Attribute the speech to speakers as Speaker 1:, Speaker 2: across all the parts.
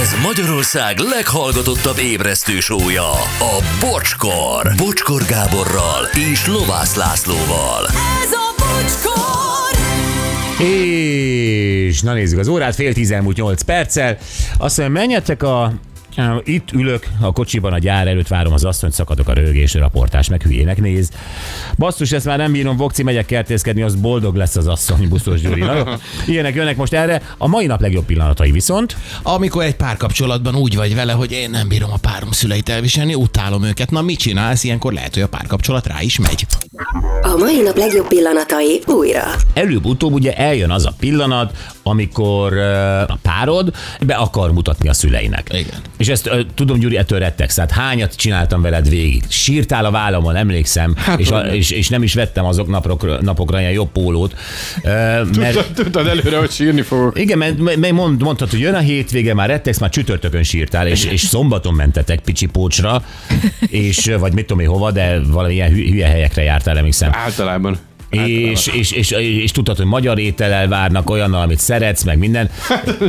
Speaker 1: Ez Magyarország leghallgatottabb ébresztő sója, a Bocskor. Bocskor Gáborral és Lovász Lászlóval.
Speaker 2: Ez a bocskor!
Speaker 3: És na nézzük az órát, fél tíz elmúlt nyolc perccel. Azt mondja, menjetek a itt ülök a kocsiban a gyár előtt, várom az asszonyt, szakadok a rögésre, a portás meg hülyének néz. Basszus, ezt már nem bírom, Vokci, megyek kertészkedni, az boldog lesz az asszony, buszos Gyuri. Na, Ilyenek jönnek most erre. A mai nap legjobb pillanatai viszont.
Speaker 4: Amikor egy párkapcsolatban úgy vagy vele, hogy én nem bírom a párom szüleit elviselni, utálom őket, na mit csinálsz? Ilyenkor lehet, hogy a párkapcsolat rá is megy.
Speaker 5: A mai nap legjobb pillanatai újra.
Speaker 3: Előbb-utóbb ugye eljön az a pillanat, amikor ö, a párod be akar mutatni a szüleinek.
Speaker 4: Igen.
Speaker 3: És ezt ö, tudom, Gyuri, ettől rettegsz. Tehát hányat csináltam veled végig? Sírtál a vállamon, emlékszem, hát, és, a, és, és, nem is vettem azok napokra, napokra ilyen jobb pólót. Ö, mert,
Speaker 6: Tudtad előre, hogy sírni fogok.
Speaker 3: igen, mert, mert mond, mondtad, hogy jön a hétvége, már rettegsz, már csütörtökön sírtál, és, és szombaton mentetek picsi pócsra, és ö, vagy mit tudom én hova, de valamilyen hü- hülye helyekre jártál, emlékszem.
Speaker 6: Általában.
Speaker 3: És, és, és, és, tudtad, hogy magyar étellel várnak olyannal, amit szeretsz, meg minden.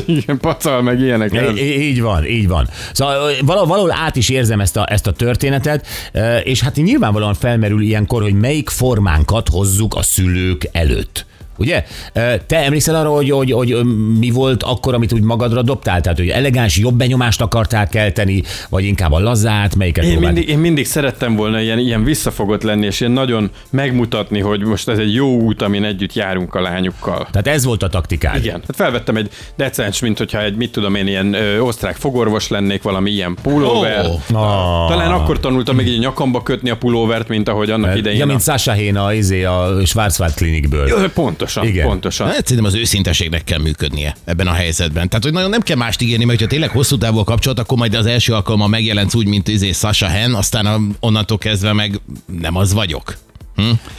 Speaker 6: Igen, pacal meg ilyenek. nem?
Speaker 3: Í- í- így van, így van. Szóval ö, valahol, valahol át is érzem ezt a, ezt a történetet, ö, és hát nyilvánvalóan felmerül ilyenkor, hogy melyik formánkat hozzuk a szülők előtt. Ugye? Ö, Te emlékszel arra, hogy, hogy, hogy ö, mi volt akkor, amit úgy magadra dobtál? Tehát, hogy elegáns, jobb benyomást akartál kelteni, vagy inkább a lazát, melyiket
Speaker 6: Én
Speaker 3: próbált?
Speaker 6: mindig, én mindig szerettem volna ilyen, ilyen visszafogott lenni, és ilyen nagyon megmutatni, hogy most ez egy jó út, amin együtt járunk a lányokkal.
Speaker 3: Tehát ez volt a taktikád.
Speaker 6: Igen, hát felvettem egy decens, mint hogyha egy, mit tudom én, ilyen ö, osztrák fogorvos lennék, valami ilyen pulóver.
Speaker 4: Ó.
Speaker 3: Ah.
Speaker 6: Talán akkor tanultam még így nyakamba kötni a pulóvert, mint ahogy annak idején.
Speaker 3: Ja, mint
Speaker 6: a...
Speaker 3: Sasha Héna, izé a Schwarzwald klinikből.
Speaker 6: Ö, Pontosan,
Speaker 3: Igen.
Speaker 6: Igen. pontosan.
Speaker 4: Hát szerintem az őszinteségnek kell működnie ebben a helyzetben. Tehát, hogy nagyon nem kell mást ígérni, mert ha tényleg hosszú távú a kapcsolat, akkor majd az első alkalommal megjelensz úgy, mint izé Sasha Hen, aztán a, onnantól kezdve meg nem az vagyok.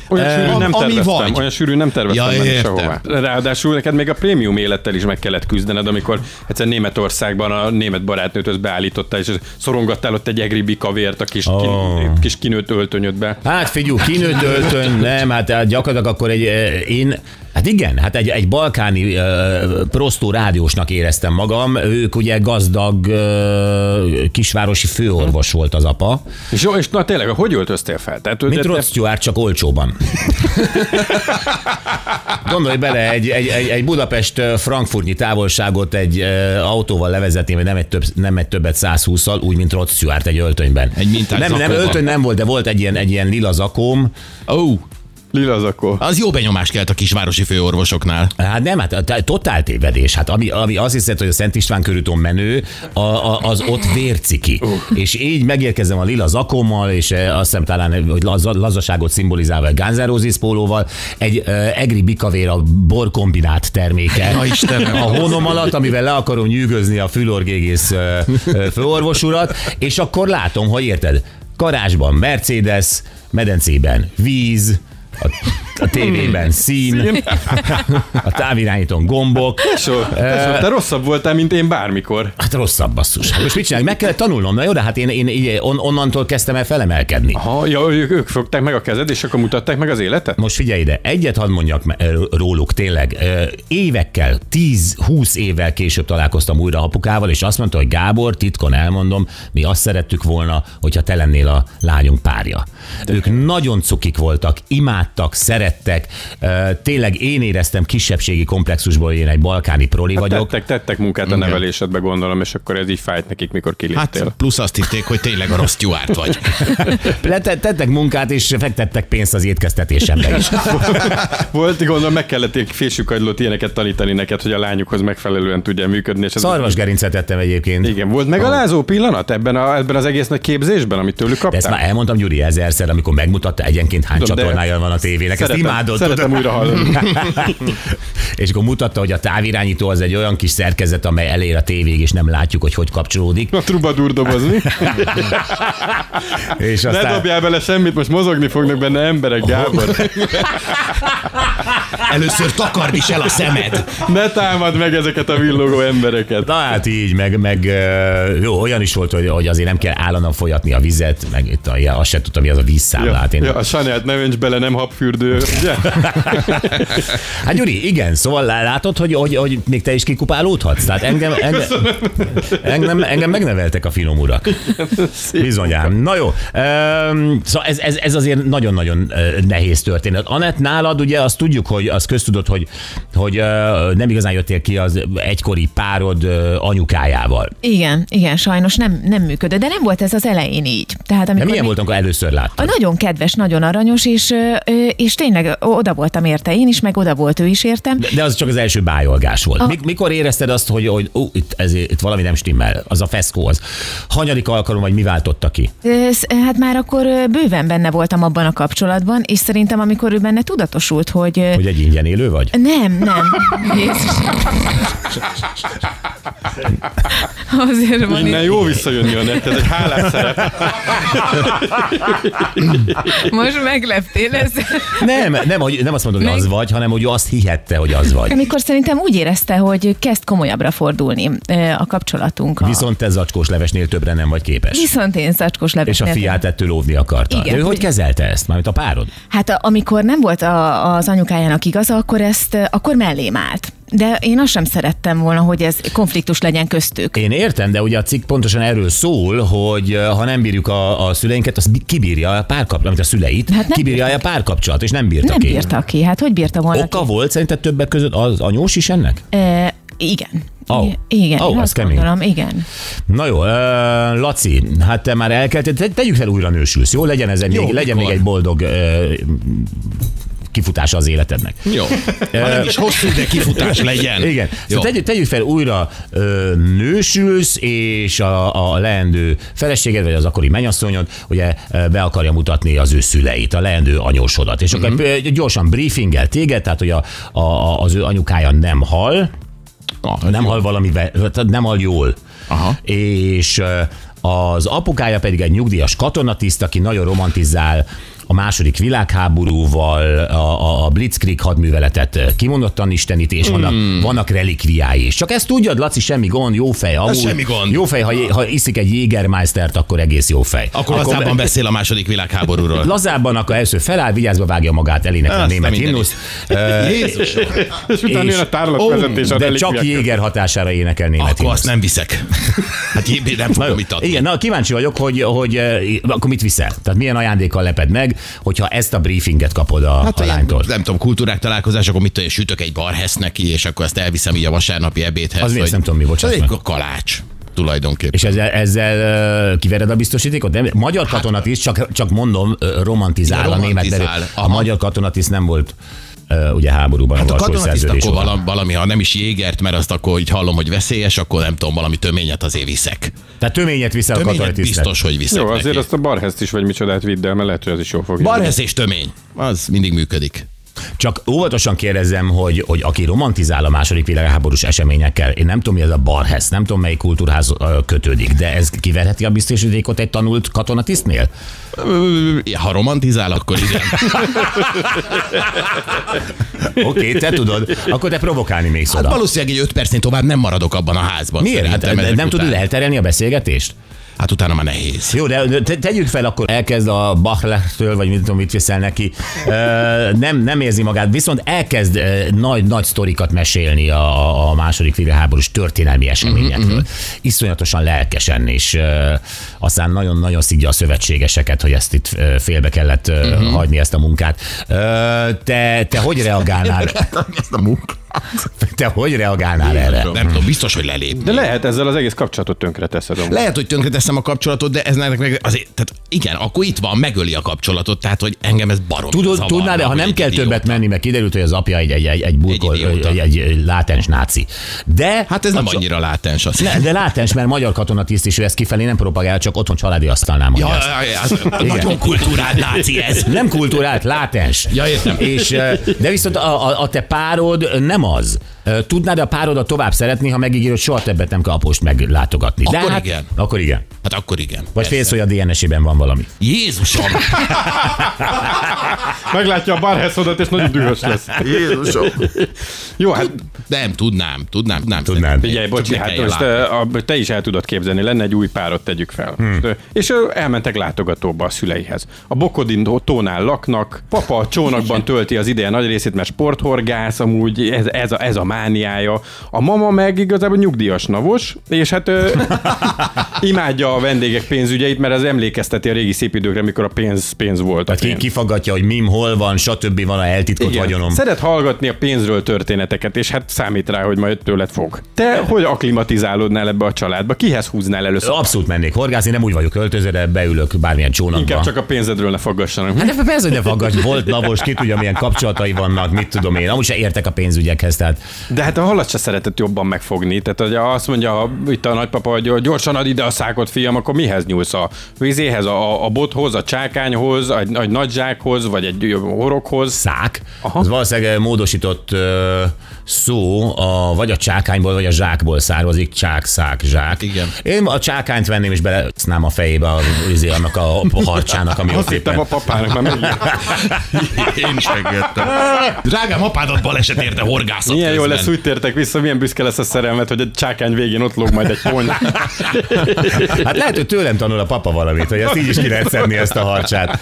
Speaker 6: Olyan sűrű
Speaker 4: am-
Speaker 6: nem
Speaker 4: ami
Speaker 6: terveztem,
Speaker 4: vagy.
Speaker 6: olyan sűrű nem terveztem
Speaker 4: Ja,
Speaker 6: ja, menni
Speaker 4: értem.
Speaker 6: sehová. Ráadásul neked még a prémium élettel is meg kellett küzdened, amikor egyszer Németországban a német barátnőtöz beállítottál, és szorongattál ott egy egribi kavért a kis, oh.
Speaker 3: Ó.
Speaker 6: kin, kis kinőtt öltönyödbe.
Speaker 3: Hát figyú, kinőtt öltön, nem, hát, hát gyakorlatilag akkor egy, eh, én, hát igen, hát egy, egy balkáni uh, prostó rádiósnak éreztem magam, ők ugye gazdag uh, kisvárosi főorvos volt az apa,
Speaker 6: És, jó, és na tényleg, hogy öltöztél fel? Tehát,
Speaker 3: mint
Speaker 6: de-
Speaker 3: Rod Stewart, csak olcsóban. Gondolj bele, egy, egy, egy, egy Budapest-Frankfurtnyi távolságot egy uh, autóval levezetni, vagy nem egy, több, nem egy többet 120-szal, úgy, mint Rod Stewart egy öltönyben.
Speaker 4: Egy mintás
Speaker 3: nem, nem,
Speaker 4: zakóban.
Speaker 3: öltöny nem volt, de volt egy ilyen, egy ilyen lila zakóm,
Speaker 4: Ó, oh,
Speaker 6: Lila zakó.
Speaker 4: az jó benyomást kelt a kisvárosi főorvosoknál.
Speaker 3: Hát nem, hát a- a- totál tévedés. Hát ami, ami azt hiszed, hogy a Szent István körúton menő, a, a, az ott vérci ki. És így megérkezem a lila zakommal, és eh, azt hiszem talán, hogy laza, lazaságot szimbolizálva egy Ganzárózis pólóval, egy eh, egri bikavér a borkombinát terméke.
Speaker 4: Ja, Istenem.
Speaker 3: A honom alatt, amivel le akarom nyűgözni a fülorgégész eh, eh, főorvos urat, és akkor látom, hogy érted, garázsban Mercedes, medencében víz, a, a tévében szín, a távirányítón gombok.
Speaker 6: So, te rosszabb voltál, mint én bármikor.
Speaker 3: Hát rosszabb basszus. Hát Most mit csináljuk? Meg kellett tanulnom, na jó, de hát én, én így on, onnantól kezdtem el felemelkedni.
Speaker 6: Ha, ja, ők, ők fogták meg a kezed, és akkor mutatták meg az életet?
Speaker 3: Most figyelj ide, egyet hadd mondjak me- ö, róluk tényleg. Ö, Évekkel, 10-20 évvel később találkoztam újra apukával, és azt mondta, hogy Gábor, titkon elmondom, mi azt szerettük volna, hogyha te lennél a lányunk párja. De ők nagyon cukik voltak, imádtak, szerettek. Ö, Tényleg én éreztem kisebbségi komplexusból, hogy én egy balkáni
Speaker 4: Hát
Speaker 3: proli vagyok.
Speaker 6: Tettek, tettek munkát a nevelésedbe, gondolom, és akkor ez így fájt nekik, mikor kiléptél.
Speaker 4: Hát plusz azt hitték, hogy tényleg a rossz Stewart vagy.
Speaker 3: Lete- Tettek munkát, és fektettek pénzt az étkeztetésembe is.
Speaker 6: Volt, gondolom, meg kellett egy fésűkagylót ilyeneket tanítani neked, hogy a lányukhoz megfelelően tudja működni. És ez
Speaker 3: Szarvasgerincet ettem egyébként.
Speaker 6: Igen, volt megalázó pillanat ebben, a, ebben az egész nagy képzésben, amit tőlük
Speaker 3: De ezt
Speaker 6: kaptál?
Speaker 3: már elmondtam Gyuri ezerszer, amikor megmutatta egyenként hány
Speaker 6: Tudom, de
Speaker 3: csatornája van a tévének. Ezt
Speaker 6: Szeretem-
Speaker 3: imádod.
Speaker 6: Szeretem
Speaker 3: tudod?
Speaker 6: újra hallani.
Speaker 3: és akkor mutatta, hogy a távirányító az egy olyan kis szerkezet, amely elér a tévéig, és nem látjuk, hogy hogy kapcsolódik.
Speaker 6: A trubadúr dobozni.
Speaker 3: És
Speaker 6: Ne
Speaker 3: aztán...
Speaker 6: dobjál bele semmit, most mozogni fognak benne emberek, Gábor.
Speaker 3: Oh.
Speaker 4: Először takard is el a szemed.
Speaker 6: Ne támad meg ezeket a villogó embereket.
Speaker 3: Na hát így, meg, meg ö, jó, olyan is volt, hogy, hogy azért nem kell állandóan folyatni a vizet, meg itt a, ja, azt se tudtam, mi az a vízszámlát.
Speaker 6: Ja,
Speaker 3: hát Én
Speaker 6: ja, a Sanelt nem önts bele, nem habfürdő, ugye?
Speaker 3: Hát Gyuri, igen, szóval lá- látod, hogy, hogy, hogy még te is kikupálódhatsz? Tehát engem, engem, engem, engem megneveltek a finom urak. Bizonyám. Na jó, Üm, szóval ez, ez, ez azért nagyon-nagyon ö, nehéz történet. Anett, nálad ugye azt tudjuk, hogy az köztudott, hogy, hogy ö, nem igazán jöttél ki az egykori párod ö, anyukájával.
Speaker 7: Igen, igen, sajnos nem, nem működött, de nem volt ez az elején így. Tehát
Speaker 3: De
Speaker 7: amikor
Speaker 3: milyen
Speaker 7: mi-
Speaker 3: volt, amikor először láttad?
Speaker 7: A nagyon kedves, nagyon aranyos, és, ö, ö, és tényleg oda voltam érte én is, meg oda volt ő is értem.
Speaker 3: De az csak az első bájolgás volt.
Speaker 7: A-
Speaker 3: Mik, mikor érezted azt, hogy, hogy ó, itt, ez, itt valami nem stimmel, az a feszkó az? Hanyadik alkalom, vagy mi váltotta ki?
Speaker 7: Ö, sz- Hát már akkor ö, bőven benne voltam abban a kapcsolatban, és szerintem amikor ő benne tudatosult, hogy... ö,
Speaker 3: Hogy egy ingyen élő vagy?
Speaker 7: Nem, nem. Jézus. Azért van
Speaker 6: Innen
Speaker 7: itt.
Speaker 6: jó visszajönni a net, ez egy hálás szerep.
Speaker 7: Most megleptél ezzel.
Speaker 3: Nem, nem, hogy, nem azt mondod, hogy
Speaker 7: Még-
Speaker 3: az vagy, hanem hogy ő azt hihette, hogy az vagy.
Speaker 7: Amikor szerintem úgy érezte, hogy kezd komolyabbra fordulni ö, a kapcsolatunk. a-
Speaker 3: Viszont te zacskós levesnél többre nem vagy képes.
Speaker 7: Viszont én zacskos
Speaker 3: És
Speaker 7: levesnél.
Speaker 3: a fiát ettől óvni akarta.
Speaker 7: Igen.
Speaker 3: Ő hogy kezelte ezt? Mármint a párod?
Speaker 7: Hát a- amikor nem volt a, az anyukájának igaza, akkor ezt, ö, akkor mellém állt. De én azt sem szerettem volna, hogy ez konfliktus legyen köztük.
Speaker 3: Én értem, de ugye a cikk pontosan erről szól, hogy eh, ha nem bírjuk a, a szüleinket, azt bi- kibírja a párkapcsolat, amit a szüleit,
Speaker 7: Hát
Speaker 3: hát
Speaker 7: nem
Speaker 3: kibírja a párkapcsolat, és nem bírta
Speaker 7: Nem
Speaker 3: ki.
Speaker 7: bírta ki, hát hogy bírta volna ki?
Speaker 3: Oka volt szerinted többek között az anyós is ennek?
Speaker 7: E, igen.
Speaker 3: Au.
Speaker 7: Igen, Igen,
Speaker 3: Au,
Speaker 7: én
Speaker 3: az
Speaker 7: azt
Speaker 3: kemény.
Speaker 7: Gondolom, igen.
Speaker 3: Na jó, uh, Laci, hát te már elkelted, te, tegyük fel újra nősülsz, jó? Legyen, ez egy,
Speaker 4: Jó,
Speaker 3: még, legyen még
Speaker 4: mikor?
Speaker 3: egy boldog uh, kifutása az életednek.
Speaker 4: Jó. Valami is hosszú, de kifutás legyen.
Speaker 3: Igen.
Speaker 4: Jó.
Speaker 3: Szóval tegyük, tegyük fel újra ö, nősülsz, és a, a leendő feleséged, vagy az akkori menyasszonyod, ugye ö, be akarja mutatni az ő szüleit, a leendő anyósodat. És
Speaker 4: Mhm.
Speaker 3: akkor ö, gyorsan briefingel téged, tehát hogy a, a- a, az ő anyukája nem hal,
Speaker 4: Ah,
Speaker 3: nem hal valamivel, tehát nem hal jól.
Speaker 4: Aha.
Speaker 3: És ö, az apukája pedig egy nyugdíjas katonatiszt, aki nagyon romantizál a második világháborúval, a, a- a Blitzkrieg hadműveletet ö, kimondottan istenít, és vannak,
Speaker 4: Hmm.
Speaker 3: vannak relikviái is. Csak ezt tudjad, Laci, semmi gond, jó fej. Amúgy,
Speaker 4: semmi gond.
Speaker 3: Jó fej, ha, jé- ha iszik egy Jägermeistert, akkor egész jó fej.
Speaker 4: Akkor, akkor aztában beszél a második világháborúról.
Speaker 3: Lazábban, akkor először feláll, vigyázva vágja magát, elénekel a
Speaker 4: Azt a
Speaker 3: német
Speaker 4: mindenit.
Speaker 3: himnuszt.
Speaker 4: Jézus,
Speaker 6: És utána jön a tárlatvezetés a
Speaker 3: de csak
Speaker 6: relikviák.
Speaker 3: Jéger hatására énekel német
Speaker 4: akkor
Speaker 3: himnuszt.
Speaker 4: azt nem viszek. Hát én nem fogom itt adni.
Speaker 3: Igen, na kíváncsi vagyok, hogy, hogy eh, akkor mit viszel? Tehát milyen ajándékkal leped meg, hogyha ezt a briefinget kapod a, hát a
Speaker 4: ilyen,
Speaker 3: lánytól?
Speaker 4: Nem tudom, kultúrák találkozás, akkor mit tudom, én, sütök egy barhesz neki, és akkor azt elviszem így a vasárnapi ebédhez.
Speaker 3: Az mi?
Speaker 4: hogy-
Speaker 3: Ezt nem tudom, mi, bocsáss
Speaker 4: Az
Speaker 3: meg.
Speaker 4: egy kalács tulajdonképpen.
Speaker 3: És ezzel, ezzel eh, kivered a biztosítékot? De magyar
Speaker 4: Hát-
Speaker 3: katonat is, csak, csak mondom, eh, romantizál,
Speaker 4: Ja,
Speaker 3: a német
Speaker 4: romantizál.
Speaker 3: erő. A
Speaker 4: Aha.
Speaker 3: magyar katonat is nem volt eh, ugye háborúban
Speaker 4: Hát a
Speaker 3: Varsói
Speaker 4: katonatiszt
Speaker 3: szerződés
Speaker 4: akkor
Speaker 3: óta.
Speaker 4: valami, valami, ha nem is jégert, mert azt akkor így hallom, hogy veszélyes, akkor nem tudom, valami töményet azért viszek.
Speaker 3: Tehát töményet viszel a
Speaker 4: Töményet
Speaker 3: katonatisztnek.
Speaker 4: biztos, hogy viszek
Speaker 6: Jó, azért
Speaker 4: neki.
Speaker 6: azt a barhezt is, vagy micsodát vidd el, mert lehet, hogy az is jó fog. jönni.
Speaker 4: Barhesz és tömény. Az mindig működik.
Speaker 3: Csak óvatosan kérdezem, hogy, hogy aki romantizál a második világháborús eseményekkel, én nem tudom, mi ez a barhez, nem tudom, melyik kultúrház ö, kötődik, de ez kiverheti a biztosítékot egy tanult katonatisztnél?
Speaker 4: Ö, Ha romantizál, akkor igen.
Speaker 3: Oké, okay, te tudod, akkor te provokálni még
Speaker 4: Hát
Speaker 3: oda.
Speaker 4: valószínűleg egy öt percnél tovább nem maradok abban a házban.
Speaker 3: Miért? Hát,
Speaker 4: szerintem
Speaker 3: nem
Speaker 4: ezek
Speaker 3: tudod
Speaker 4: után.
Speaker 3: elterelni a beszélgetést?
Speaker 4: Hát utána már nehéz.
Speaker 3: Jó, de te- tegyük fel, akkor elkezd a Bachlechtől, vagy mit tudom, mit viszel neki. Ö, nem, nem érzi magát, viszont elkezd ö, nagy, nagy sztorikat mesélni a, a- a második világháborús történelmi eseményekről. Iszonyatosan lelkesen, és ö, aztán nagyon-nagyon szidja a szövetségeseket, hogy ezt itt ö, félbe kellett ö, hagyni ezt a munkát. Ö, te, te hogy reagálnál?
Speaker 4: Ezt a munka.
Speaker 3: Te hogy reagálnál erre?
Speaker 4: Nem tudom, biztos, hogy lelép.
Speaker 6: De lehet ezzel az egész kapcsolatot tönkre teszed. amúgy.
Speaker 4: Lehet, hogy tönkreteszem a kapcsolatot, de ez nektek meg azért, tehát igen, akkor itt van, megöli a kapcsolatot, tehát hogy engem ez barom.
Speaker 3: Tudod, tudnád, de ha nem kell többet menni, mert kiderült, hogy az apja egy, egy, egy, egy burkol,
Speaker 4: Egy
Speaker 3: egy,
Speaker 4: idióta.
Speaker 3: egy, egy, látens náci. De,
Speaker 4: Hát ez nem
Speaker 3: csak-
Speaker 4: annyira látens az.
Speaker 3: Ne, de látens, mert magyar katonatiszt is ő ezt kifelé nem propagál, csak otthon családi asztalnál mondja
Speaker 4: Ja,
Speaker 3: ezt.
Speaker 4: ja, ja, az- nagyon kultúrált náci ez.
Speaker 3: Nem kultúrált, látens.
Speaker 4: Ja, értem.
Speaker 3: És, eh, de viszont a, a, a te párod nem az. Ö, Tudnád a párodat tovább szeretni, ha megígírod, soha többet nem kell apost meglátogatni.
Speaker 4: Akkor igen.
Speaker 3: Akkor igen.
Speaker 4: Hát akkor igen.
Speaker 3: Vagy félsz, hogy a DNS-ében van valami.
Speaker 4: Jézusom!
Speaker 6: Meglátja a barheszodat, és nagyon dühös lesz.
Speaker 8: Jézusom.
Speaker 6: Jó, hát
Speaker 4: Nem, tudnám, tudnám, tudnám.
Speaker 3: Tudnád.
Speaker 4: szeretni.
Speaker 6: figyelj,
Speaker 4: Csak
Speaker 6: bocsi,
Speaker 4: ne
Speaker 6: hát
Speaker 4: kelljen
Speaker 6: most
Speaker 4: látni. Hm.
Speaker 6: ö, a, te is el tudod képzelni, lenne egy új párot, tegyük fel. Ö, És ö, elmentek látogatóba a szüleihez. A Bokodin tónál laknak, papa a csónakban tölti az ideje nagy részét, mert sporthorgász amúgy, ez, ez, a, ez a mániája. A mama meg igazából nyugdíjas navos, és hát ö, imádja a vendégek pénzügyeit, mert ez emlékezteti a régi szép időkre, amikor a pénz, pénz volt. A
Speaker 3: Tehát Hát ki
Speaker 6: pénz.
Speaker 3: kifaggatja, hogy mim hol van, stb. van a eltitkolt
Speaker 6: Igen.
Speaker 3: vagyonom.
Speaker 6: Szeret hallgatni a pénzről történeteket, és hát számít rá, hogy majd tőled fog. Te hogy aklimatizálódnál ebbe a családba? Kihez húznál először?
Speaker 3: Abszolút mennék horgászni, nem úgy vagyok öltözve, de beülök bármilyen csónakba.
Speaker 6: Inkább csak a pénzedről ne faggassanak.
Speaker 3: Hát de persze, hogy ne faggass, volt navos, ki tudja, milyen kapcsolatai vannak, mit tudom én. Amúgy se értek a pénzügyekhez, tehát
Speaker 6: De hát a halat se szeretett jobban megfogni. Tehát, hogy azt mondja ha itt a nagypapa, hogy gyorsan ad ide a szákot, fiam, akkor mihez nyúlsz? A vízéhez, a, a bothoz, a csákányhoz, a, a nagy zsákhoz, vagy egy horoghoz?
Speaker 3: szák.
Speaker 6: Aha.
Speaker 3: Aha. Az valószínűleg módosított ö, szó, a, vagy a csákányból, vagy a zsákból származik, csák, szák, zsák.
Speaker 4: Igen.
Speaker 3: Én a csákányt venném, és bele a fejébe a, izé, annak a harcsának, ami ott
Speaker 6: Azt hittem
Speaker 3: éppen.
Speaker 6: a papának, már megint.
Speaker 8: Én is megjöttem.
Speaker 4: Drágám, apádat baleset érte horgászat
Speaker 6: Milyen jó
Speaker 4: közben.
Speaker 6: lesz, úgy tértek vissza, milyen büszke lesz a szerelmet, hogy egy csákány végén ott lóg majd egy holnap.
Speaker 3: Hát lehet, hogy tőlem tanul a papa valamit, hogy ezt így is ki lehet szedni ezt a harcsát.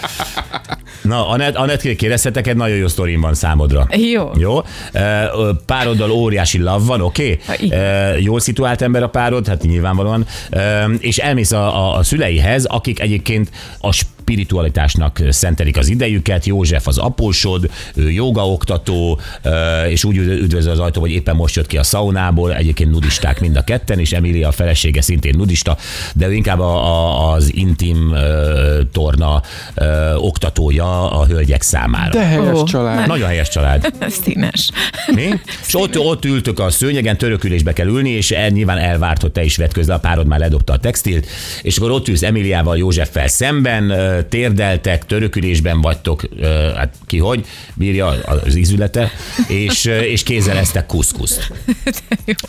Speaker 3: Na, Anett, Anett kérdezhetek, egy nagyon jó sztorim van számodra.
Speaker 7: Jó.
Speaker 3: Jó. Ö, ö, Pároddal óriási lav van, oké?
Speaker 7: Ha,
Speaker 3: Okay?
Speaker 7: igen.
Speaker 3: Jól szituált ember a párod, hát nyilvánvalóan. Ö, És elmész a, a, a szüleihez, akik egyébként a spiritualitásnak szentelik az idejüket. József az apósod, ő jogaoktató, ö, és úgy üd- üdvözöl az ajtó, hogy éppen most jött ki a szaunából, egyébként nudisták mind a ketten, és Emília a felesége szintén nudista, de ő inkább a, a, az intim ö, torna ö, oktatója a hölgyek számára. De.
Speaker 6: Helyes
Speaker 7: Ó,
Speaker 6: család.
Speaker 7: már
Speaker 3: Nagyon helyes család.
Speaker 7: Színes.
Speaker 3: Mi? És ott, ott ültök a szőnyegen, törökülésbe kell ülni, és el, nyilván elvárt, hogy te is vedd közle, a párod már ledobta a textilt, és akkor ott ülsz Emiliával, Józseffel szemben, ö, térdeltek, törökülésben vagytok, ö, hát ki hogy, bírja az ízülete, és, ö, és kézzeleztek kuszkuszt.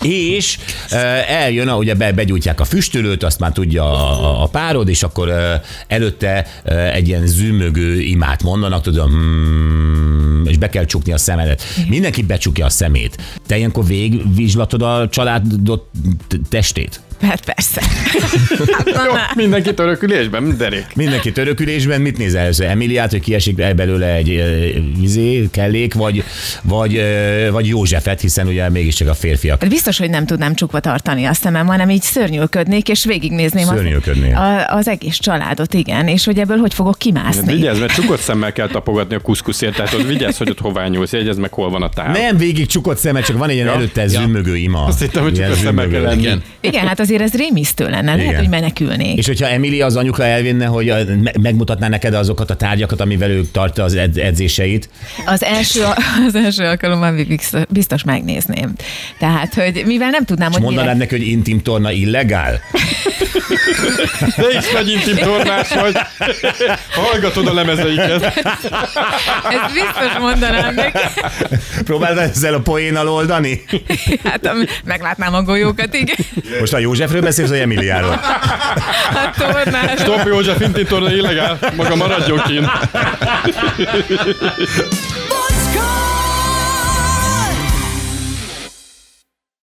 Speaker 3: És ö, eljön, ahogy be, begyújtják a füstölőt, azt már tudja a, a, a párod, és akkor ö, előtte ö, egy ilyen zümögő imát mondanak, tudom, hmm, és be kell csukni a szemedet. Mindenki becsukja a szemét. Te ilyenkor végvizslatod a családod testét?
Speaker 7: Hát persze.
Speaker 6: Jó, mindenki törökülésben, derék.
Speaker 3: Mindenki törökülésben mit néz először? Emiliát, hogy kiesik el belőle egy ö, vizé, kellék, vagy, vagy, ö, vagy Józsefet, hiszen ugye mégiscsak a férfiak.
Speaker 7: Hát biztos, hogy nem tudnám csukva tartani a szemem, hanem így szörnyűködnék, és végignézném az,
Speaker 3: Szörnyűködnél.
Speaker 7: a, az egész családot, igen, és hogy ebből hogy fogok
Speaker 3: Hát,
Speaker 7: kimászni.
Speaker 6: Vigyázz, mert csukott szemmel kell tapogatni a kuszkuszért, tehát ott vigyázz, hogy ott hová nyúlsz, jegyezd meg, hol van a tál.
Speaker 3: Nem végig csukott szeme, csak van egy ilyen
Speaker 6: Ja,
Speaker 3: előtte
Speaker 4: ja.
Speaker 3: zümmögő ima.
Speaker 6: Azt hittem, hogy
Speaker 3: Ilyen
Speaker 6: csukott szemmel kell
Speaker 3: zümmögő.
Speaker 6: lenni.
Speaker 4: Igen.
Speaker 7: Igen, hát azért ez rémisztő lenne, lehet,
Speaker 3: Igen.
Speaker 7: hogy menekülnék.
Speaker 3: És hogyha Emilia az anyuka elvinne, hogy a- me- megmutatná neked azokat a tárgyakat, amivel ő tartja az ed- edzéseit,
Speaker 7: Az első, az első alkalommal biztos- biztos megnézném. Tehát, hogy mivel nem tudnám,
Speaker 3: és
Speaker 7: hogy mire-
Speaker 3: mondanám neki, hogy intim torna illegál?
Speaker 6: Te is nagy intim tornás vagy. Hallgatod a lemezeiket.
Speaker 7: Ezt biztos mondanám neki.
Speaker 3: Próbáld ezzel a poénnal oldani?
Speaker 7: Hát am- meglátnám a golyókat, igen.
Speaker 3: Most a Józsefről beszélsz, vagy Emiliáról?
Speaker 7: A tornás.
Speaker 6: Stop József intim torna illegál, maga maradjon kint.